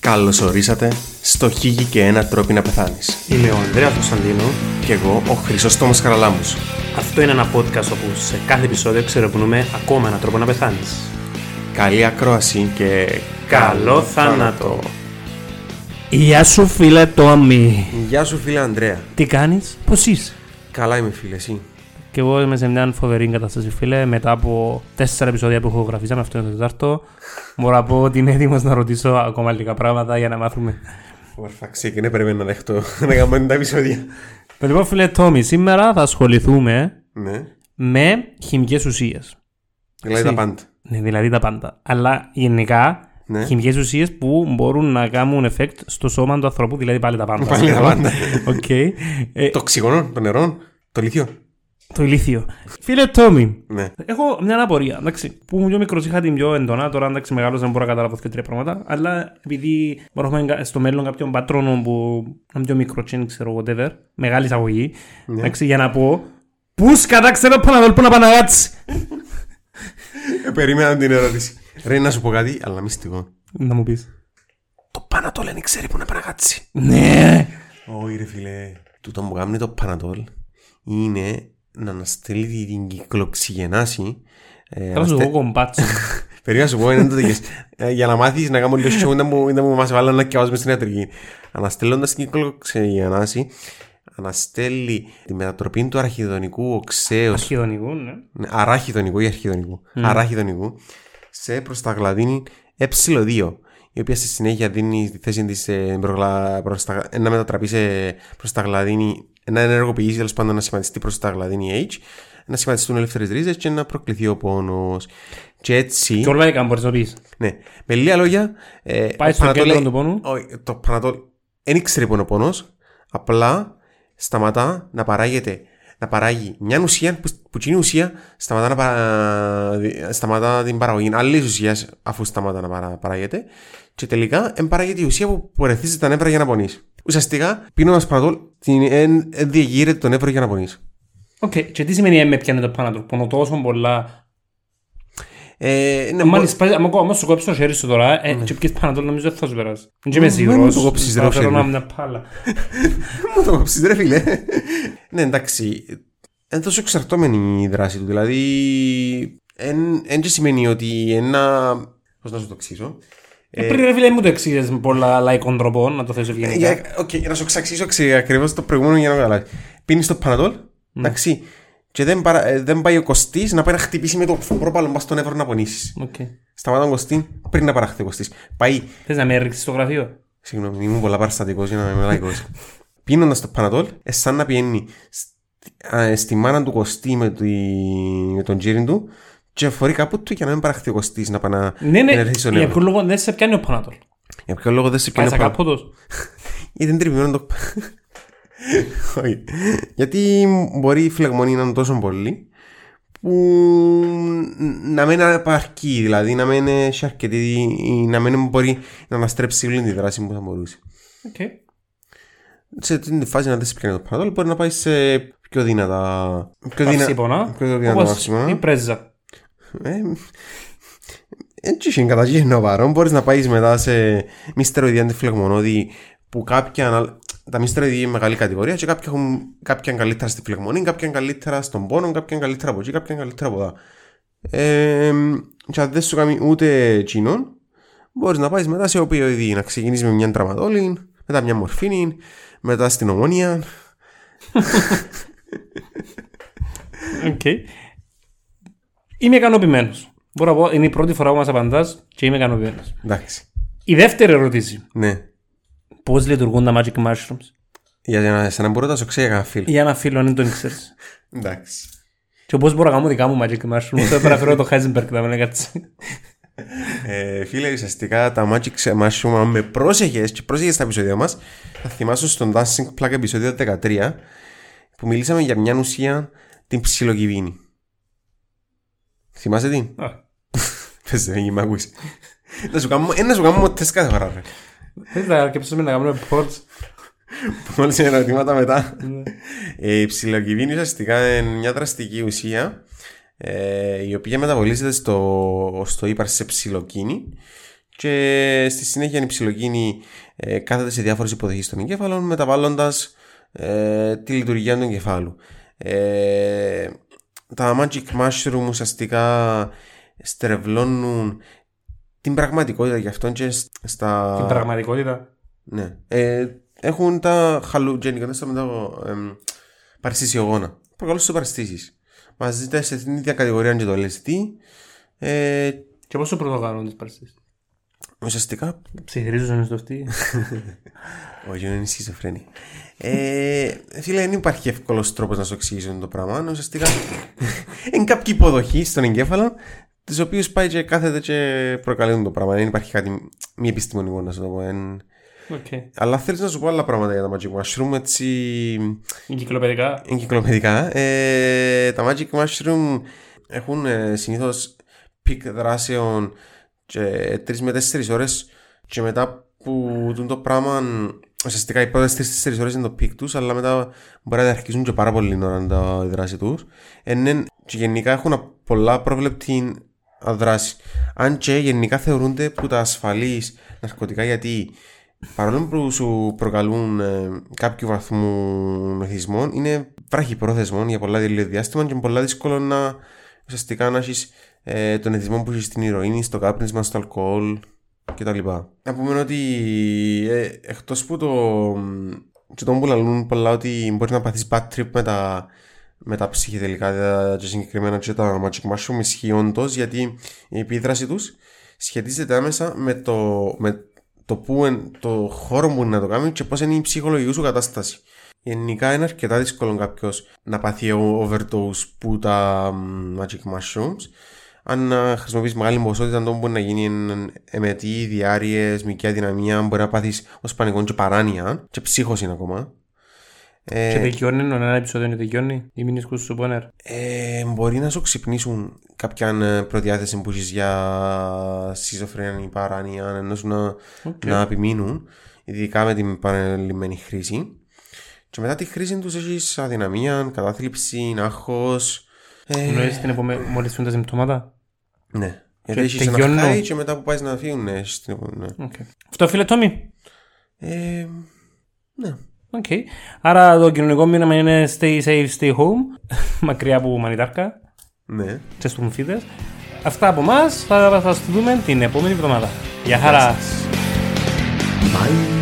Καλώς ορίσατε στο Χίγη και ένα τρόπο να πεθάνεις. Είμαι ο Ανδρέας Κωνσταντίνο. Κι εγώ ο Χρυσόστομος Χαραλάμπους. Αυτό είναι ένα podcast όπου σε κάθε επεισόδιο ξερευνούμε ακόμα έναν τρόπο να πεθάνεις. Καλή ακρόαση και... Καλό θάνατο! Γεια σου φίλε Τόμι. Γεια σου φίλε Ανδρέα. Τι κάνεις, πώς είσαι. Καλά είμαι φίλε, εσύ. Και εγώ είμαι σε μια φοβερή κατάσταση φίλε. Μετά από τέσσερα επεισόδια που έχω γραφεί, αυτό είναι το τετάρτο. Μπορώ να πω ότι είμαι έτοιμος να ρωτήσω ακόμα λίγα πράγματα για να μάθουμε. Ορφα ξεκινέ, περιμένω να δέχτω να κάνω τα επεισόδια. Λοιπόν φίλε Τόμι, σήμερα θα ασχοληθούμε Ναι, με χημικές ουσίες. δηλαδή τα πάντα. Ναι, δηλαδή τα πάντα. Αλλά γενικά Ναι. χημικές ουσίες που μπορούν να κάνουν effect στο σώμα του ανθρώπου, δηλαδή πάλι τα πάντα. Πάλι τα πάντα. Οκ. Ε, Το ξυγονό, το νερό, το λιθιό. το ηλίθιο. Φίλε Τόμι, Ναι. έχω μια απορία. Εντάξει, που ήμουν πιο μικρός είχα την πιο εντονά, τώρα εντάξει, μεγάλος δεν μπορώ να καταλάβω και τρία πράγματα. Αλλά επειδή μπορούμε να έχουμε στο μέλλον κάποιον πατρόνο που είναι πιο μικρό, τσιν, ξέρω, whatever, μεγάλη εισαγωγή, Ναι. εντάξει, για να πω. Πούς σκατά ξέρω Παναδόλ που να παναγάτσει. Ε, Περίμενα την ερώτηση. Ρε να σου πω κάτι, αλλά μυστικό. Να μου πεις. Το Πανατόλ δεν ξέρει που να παρακάτσει. Ναι. Όχι ρε φίλε. Τούτο που κάνει το Πανατόλ είναι να αναστείλει την κυκλοξυγενάση ε, Θέλω να σου αναστε- δω κομπάτσο. Περίμενα να σου πω, είναι το τέτοιες. Ε, Για να μάθεις να κάνω λίγο show, να μου, να μου μας βάλουν να κοιτάζουμε στην ιατρική. Αναστέλλοντας την κυκλοξενιανάση, αναστέλει τη μετατροπή του αρχιδονικού οξέως, Αρχιδονικού, ναι. ναι, αράχιδονικού ή αρχιδονικού, αράχιδονικού, σε προσταγλαδίνη ε2, η οποία στη συνέχεια δίνει τη θέση της ε, προγλα- προστα- ε, να μετατραπεί σε προσταγλαδίνη, να ενεργοποιήσει τέλος πάντων να σχηματιστεί προσταγλαδίνη H, να σχηματιστούν ελεύθερες ρίζες και να προκληθεί ο πόνος. Και έτσι... Και όλα έκανα, μπορείς να πεις. Ναι. Με λίγα λόγια. Ε, Πάει ο στο Πανατόλ- κέντρο του πόνου. Όχι, το Πανατόλ δεν ήξερε πόνο πόνος. Απλά σταματά να παράγεται. Να παράγει μια ουσία που, που εκείνη η ουσία σταματά, να παρα... δι- σταματά την παραγωγή άλλη ουσίας αφού σταματά να παρα... παράγεται. Και τελικά εν παράγεται η ουσία που πορευθίζει τα νεύρα για να πονείς. Ουσιαστικά πίνοντας Πανατόλ την... εν... εν διεγείρεται το νεύρο για να πονείς. Οκ, και τι σημαίνει «Εμ με πιάνε το πάνω του, πονώ τόσο πολλά. Ε, ναι, Άμα μπο- Ναι. της πάει- άμα κο- άμα σου κόψεις το χέρι σου τώρα, ε, και πιες πάνω του, νομίζω δεν θα σου περάσει. Δεν είμαι Μα, μην μου σίγουρος. το κόψεις, ρε, Θα φέρω φίλε. να μια πάλα. Μου το κόψεις ρε φίλε. ναι, εντάξει. Είναι τόσο εξαρτώμενη η δράση του. Δηλαδή, δεν σημαίνει ότι ένα. Πώς να σου το εξηγήσω. Ε, Πριν ρε φίλε μου το εξήγησες με πολλά λαϊκών τροπών, να το θέσω Ε, ευγενικά. για- Οκ, για να σου εξαξίσω ακριβώς το προηγούμενο για να καταλάβεις. Πίνεις το Πανατόλ, εντάξει, και δεν, παρα- ε, δεν πάει ο Κωστής να πάει να χτυπήσει με το πρόπαλο μα τον εύρο να πονήσεις. Οκ. Σταματά τον Κωστή πριν να παραχθεί ο Κωστής. Πάει Θες να με έριξεις στο γραφείο. Συγγνώμη, ήμουν πολλά παραστατικός για να είμαι λαϊκός. Πίνοντας το Πανατόλ, ε, σαν να πηγαίνει στη, α, ε, στη μάνα του Κωστή με, τη, με τον τζίριν του και φορεί κάπου του για να μην παραχθεί ο Κωστής να πάει να Ναι, ναι, να έρθει στον για νεύρο. ποιο λόγο δεν σε πιάνει ο Πανατολ. Για ποιο λόγο δεν σε Πάει πιάνει ο σαν Πανατόλ. καπότος. Γιατί είναι τρυπημένο το. Όχι. Γιατί μπορεί η φλεγμονή να είναι τόσο πολύ που να μην απαρκεί, δηλαδή να μην έχει αρκετή, να μην μπορεί να αναστρέψει όλη τη δράση που θα μπορούσε. Οκ. σε αυτή τη φάση να δεν σε πιάνει το Παναδόλ μπορεί να πάει σε πιο δυνατά. Πιο Καυσίπονα, Πιο δυνατά όπως καυσίπονα. η πρέζα. Ε, Έτσι είναι κατά κύριο νοβαρό. Μπορείς να πάεις μετά σε μυστεροειδή αντιφλεγμονώδη που κάποια. ανα- Τα μυστεροειδή είναι μεγάλη κατηγορία και κάποια έχουν κάποια είναι καλύτερα στη φλεγμονή, κάποια είναι καλύτερα στον πόνο, κάποια είναι καλύτερα από εκεί, κάποια είναι καλύτερα από εδώ. Ε, και αν δεν σου κάνει ούτε τσινόν, μπορείς να πάεις μετά σε οπιοειδή. Να ξεκινήσεις με μια τραματόλη, μετά μια μορφίνη, μετά στην ομόνια. Οκ. Είμαι ικανοποιημένος. Μπορώ να πω, είναι η πρώτη φορά που μας απαντάς και είμαι ικανοποιημένος. Εντάξει. Η δεύτερη ερώτηση. Ναι. Πώς λειτουργούν τα magic mushrooms. Για να, σαν να μπορώ να σου ξέρει κανένα φίλο. Για ένα φίλο, αν δεν τον ξέρει. Εντάξει. Και πώ μπορώ να κάνω δικά μου magic mushrooms. Θα παραφέρω το Heisenberg να μην έκατσε. Ε, φίλε, ουσιαστικά τα Magic Mushroom, αν με πρόσεχες και πρόσεχες στα επεισόδια μας, θα θυμάσαι στον Dancing Plug επεισόδιο 13 που μιλήσαμε για μια ουσία την ψιλοκυβίνη. Θυμάσαι τι? Πες δεν γίνει, μ' ακούεις. Να σου κάνω, ε, να σου κάνω τεστ κάθε φορά, ρε. Θε να αρκεψούμε να κάνουμε reports. Ναι. Μόλις είναι ερωτήματα μετά. Ε, η ψιλοκυβίνη ουσιαστικά είναι μια δραστική ουσία ε, η οποία μεταβολίζεται στο, στο ύπαρ σε ψιλοκίνη και στη συνέχεια η ψιλοκίνη ε, κάθεται σε διάφορες υποδοχές των εγκέφαλων μεταβάλλοντας ε, τη λειτουργία του εγκεφάλου. Ε, τα Magic Mushroom ουσιαστικά στρεβλώνουν την πραγματικότητα γι' αυτό και στα... Την πραγματικότητα. Ναι. Ε, έχουν τα χαλουτζένικα, δεν με τα εμ, παρεστησιογόνα. Προκαλούν στι παρεστήσει. Μαζί τα σε την ίδια κατηγορία και το LSD. Ε, Και πώς το πρωτοκαλούν τι παρεστήσει. ουσιαστικά, Ψιθυρίζουν στο αυτή. ο Γιώργο είναι σχιζοφρένη. Ε, φίλε, δεν υπάρχει εύκολος τρόπος να σου εξηγήσουν το πράγμα. αλλά Ουσιαστικά, είναι κάποια υποδοχή στον εγκέφαλο, τις οποίες πάει και κάθεται και προκαλούν το πράγμα. Δεν υπάρχει κάτι μη επιστημονικό να σου το πω. εν. Οκ. Αλλά θέλεις να σου πω άλλα πράγματα για τα Magic Mushroom, έτσι. Εγκυκλοπαιδικά. Εγκυκλοπαιδικά. Ε, τα Magic Mushroom έχουν ε, συνήθως πικ δράσεων και 3 με 4 ώρες και μετά που δουν το πράγμα. Ουσιαστικά οι πρώτες 3-4 ώρες είναι το πικ τους, αλλά μετά μπορεί να αρχίσουν και πάρα πολύ ώρα να τα η δράση τους. ναι, και γενικά έχουν πολλά προβλεπτή δράση. Αν και γενικά θεωρούνται που τα ασφαλείς ναρκωτικά γιατί παρόλο που σου προκαλούν ε, κάποιου βαθμού μεθυσμών, είναι βράχη πρόθεσμων για πολλά διάστημα και είναι πολλά δύσκολο να ουσιαστικά να έχεις ε, τον εθισμό που έχεις στην ηρωίνη, στο κάπνισμα, στο αλκοόλ κτλ. Να πούμε ότι ε, εκτός που το. και τον που λαλούν πολλά ότι μπορείς να πάθεις bad trip με τα, με τα ψυχεδελικά τα- και συγκεκριμένα και τα magic mushroom ισχύει όντως γιατί η επίδραση τους σχετίζεται άμεσα με το, με το, που εν- το χώρο που είναι να το κάνει και πώς είναι η ψυχολογική σου κατάσταση. Γενικά είναι αρκετά δύσκολο κάποιος να πάθει ο- overdose που τα μ, magic mushrooms. Αν α, χρησιμοποιείς μεγάλη ποσότητα, τότε μπορεί να γίνει εν- εμετή, διάρειε, μικρή αδυναμία, μπορεί να πάθεις ως πανικό και παράνοια, και ψύχωση είναι ακόμα. Ε, Και δικαιώνει, ενώ ένα επεισόδιο είναι δικαιώνει. Η μήνυση σου πόνερ. ε, μπορεί να σου ξυπνήσουν κάποια ε, προδιάθεση που έχεις για σχιζοφρένεια ή παράνοια, ενώ σου να, να επιμείνουν, ειδικά με την παρελειμμένη χρήση. Και μετά τη χρήση τους έχεις αδυναμία, κατάθλιψη, άγχος. Ε, Εννοείς την επόμενη, μόλις φύγουν τα συμπτώματα. ναι. Γιατί Και έχεις ένα τελειώνω. χάρι και μετά που πάεις να φύγουν, ναι, έχεις την επόμενη, ναι. Οκ. Αυτό φίλε Τόμι. Ε, ναι. Οκ. Άρα το κοινωνικό μήνυμα είναι stay safe, stay home. Μακριά από μανιτάρκα Ναι. και στουμφίδες. Αυτά από εμάς. Θα σας δούμε την επόμενη εβδομάδα. Γεια χαράς. Bye.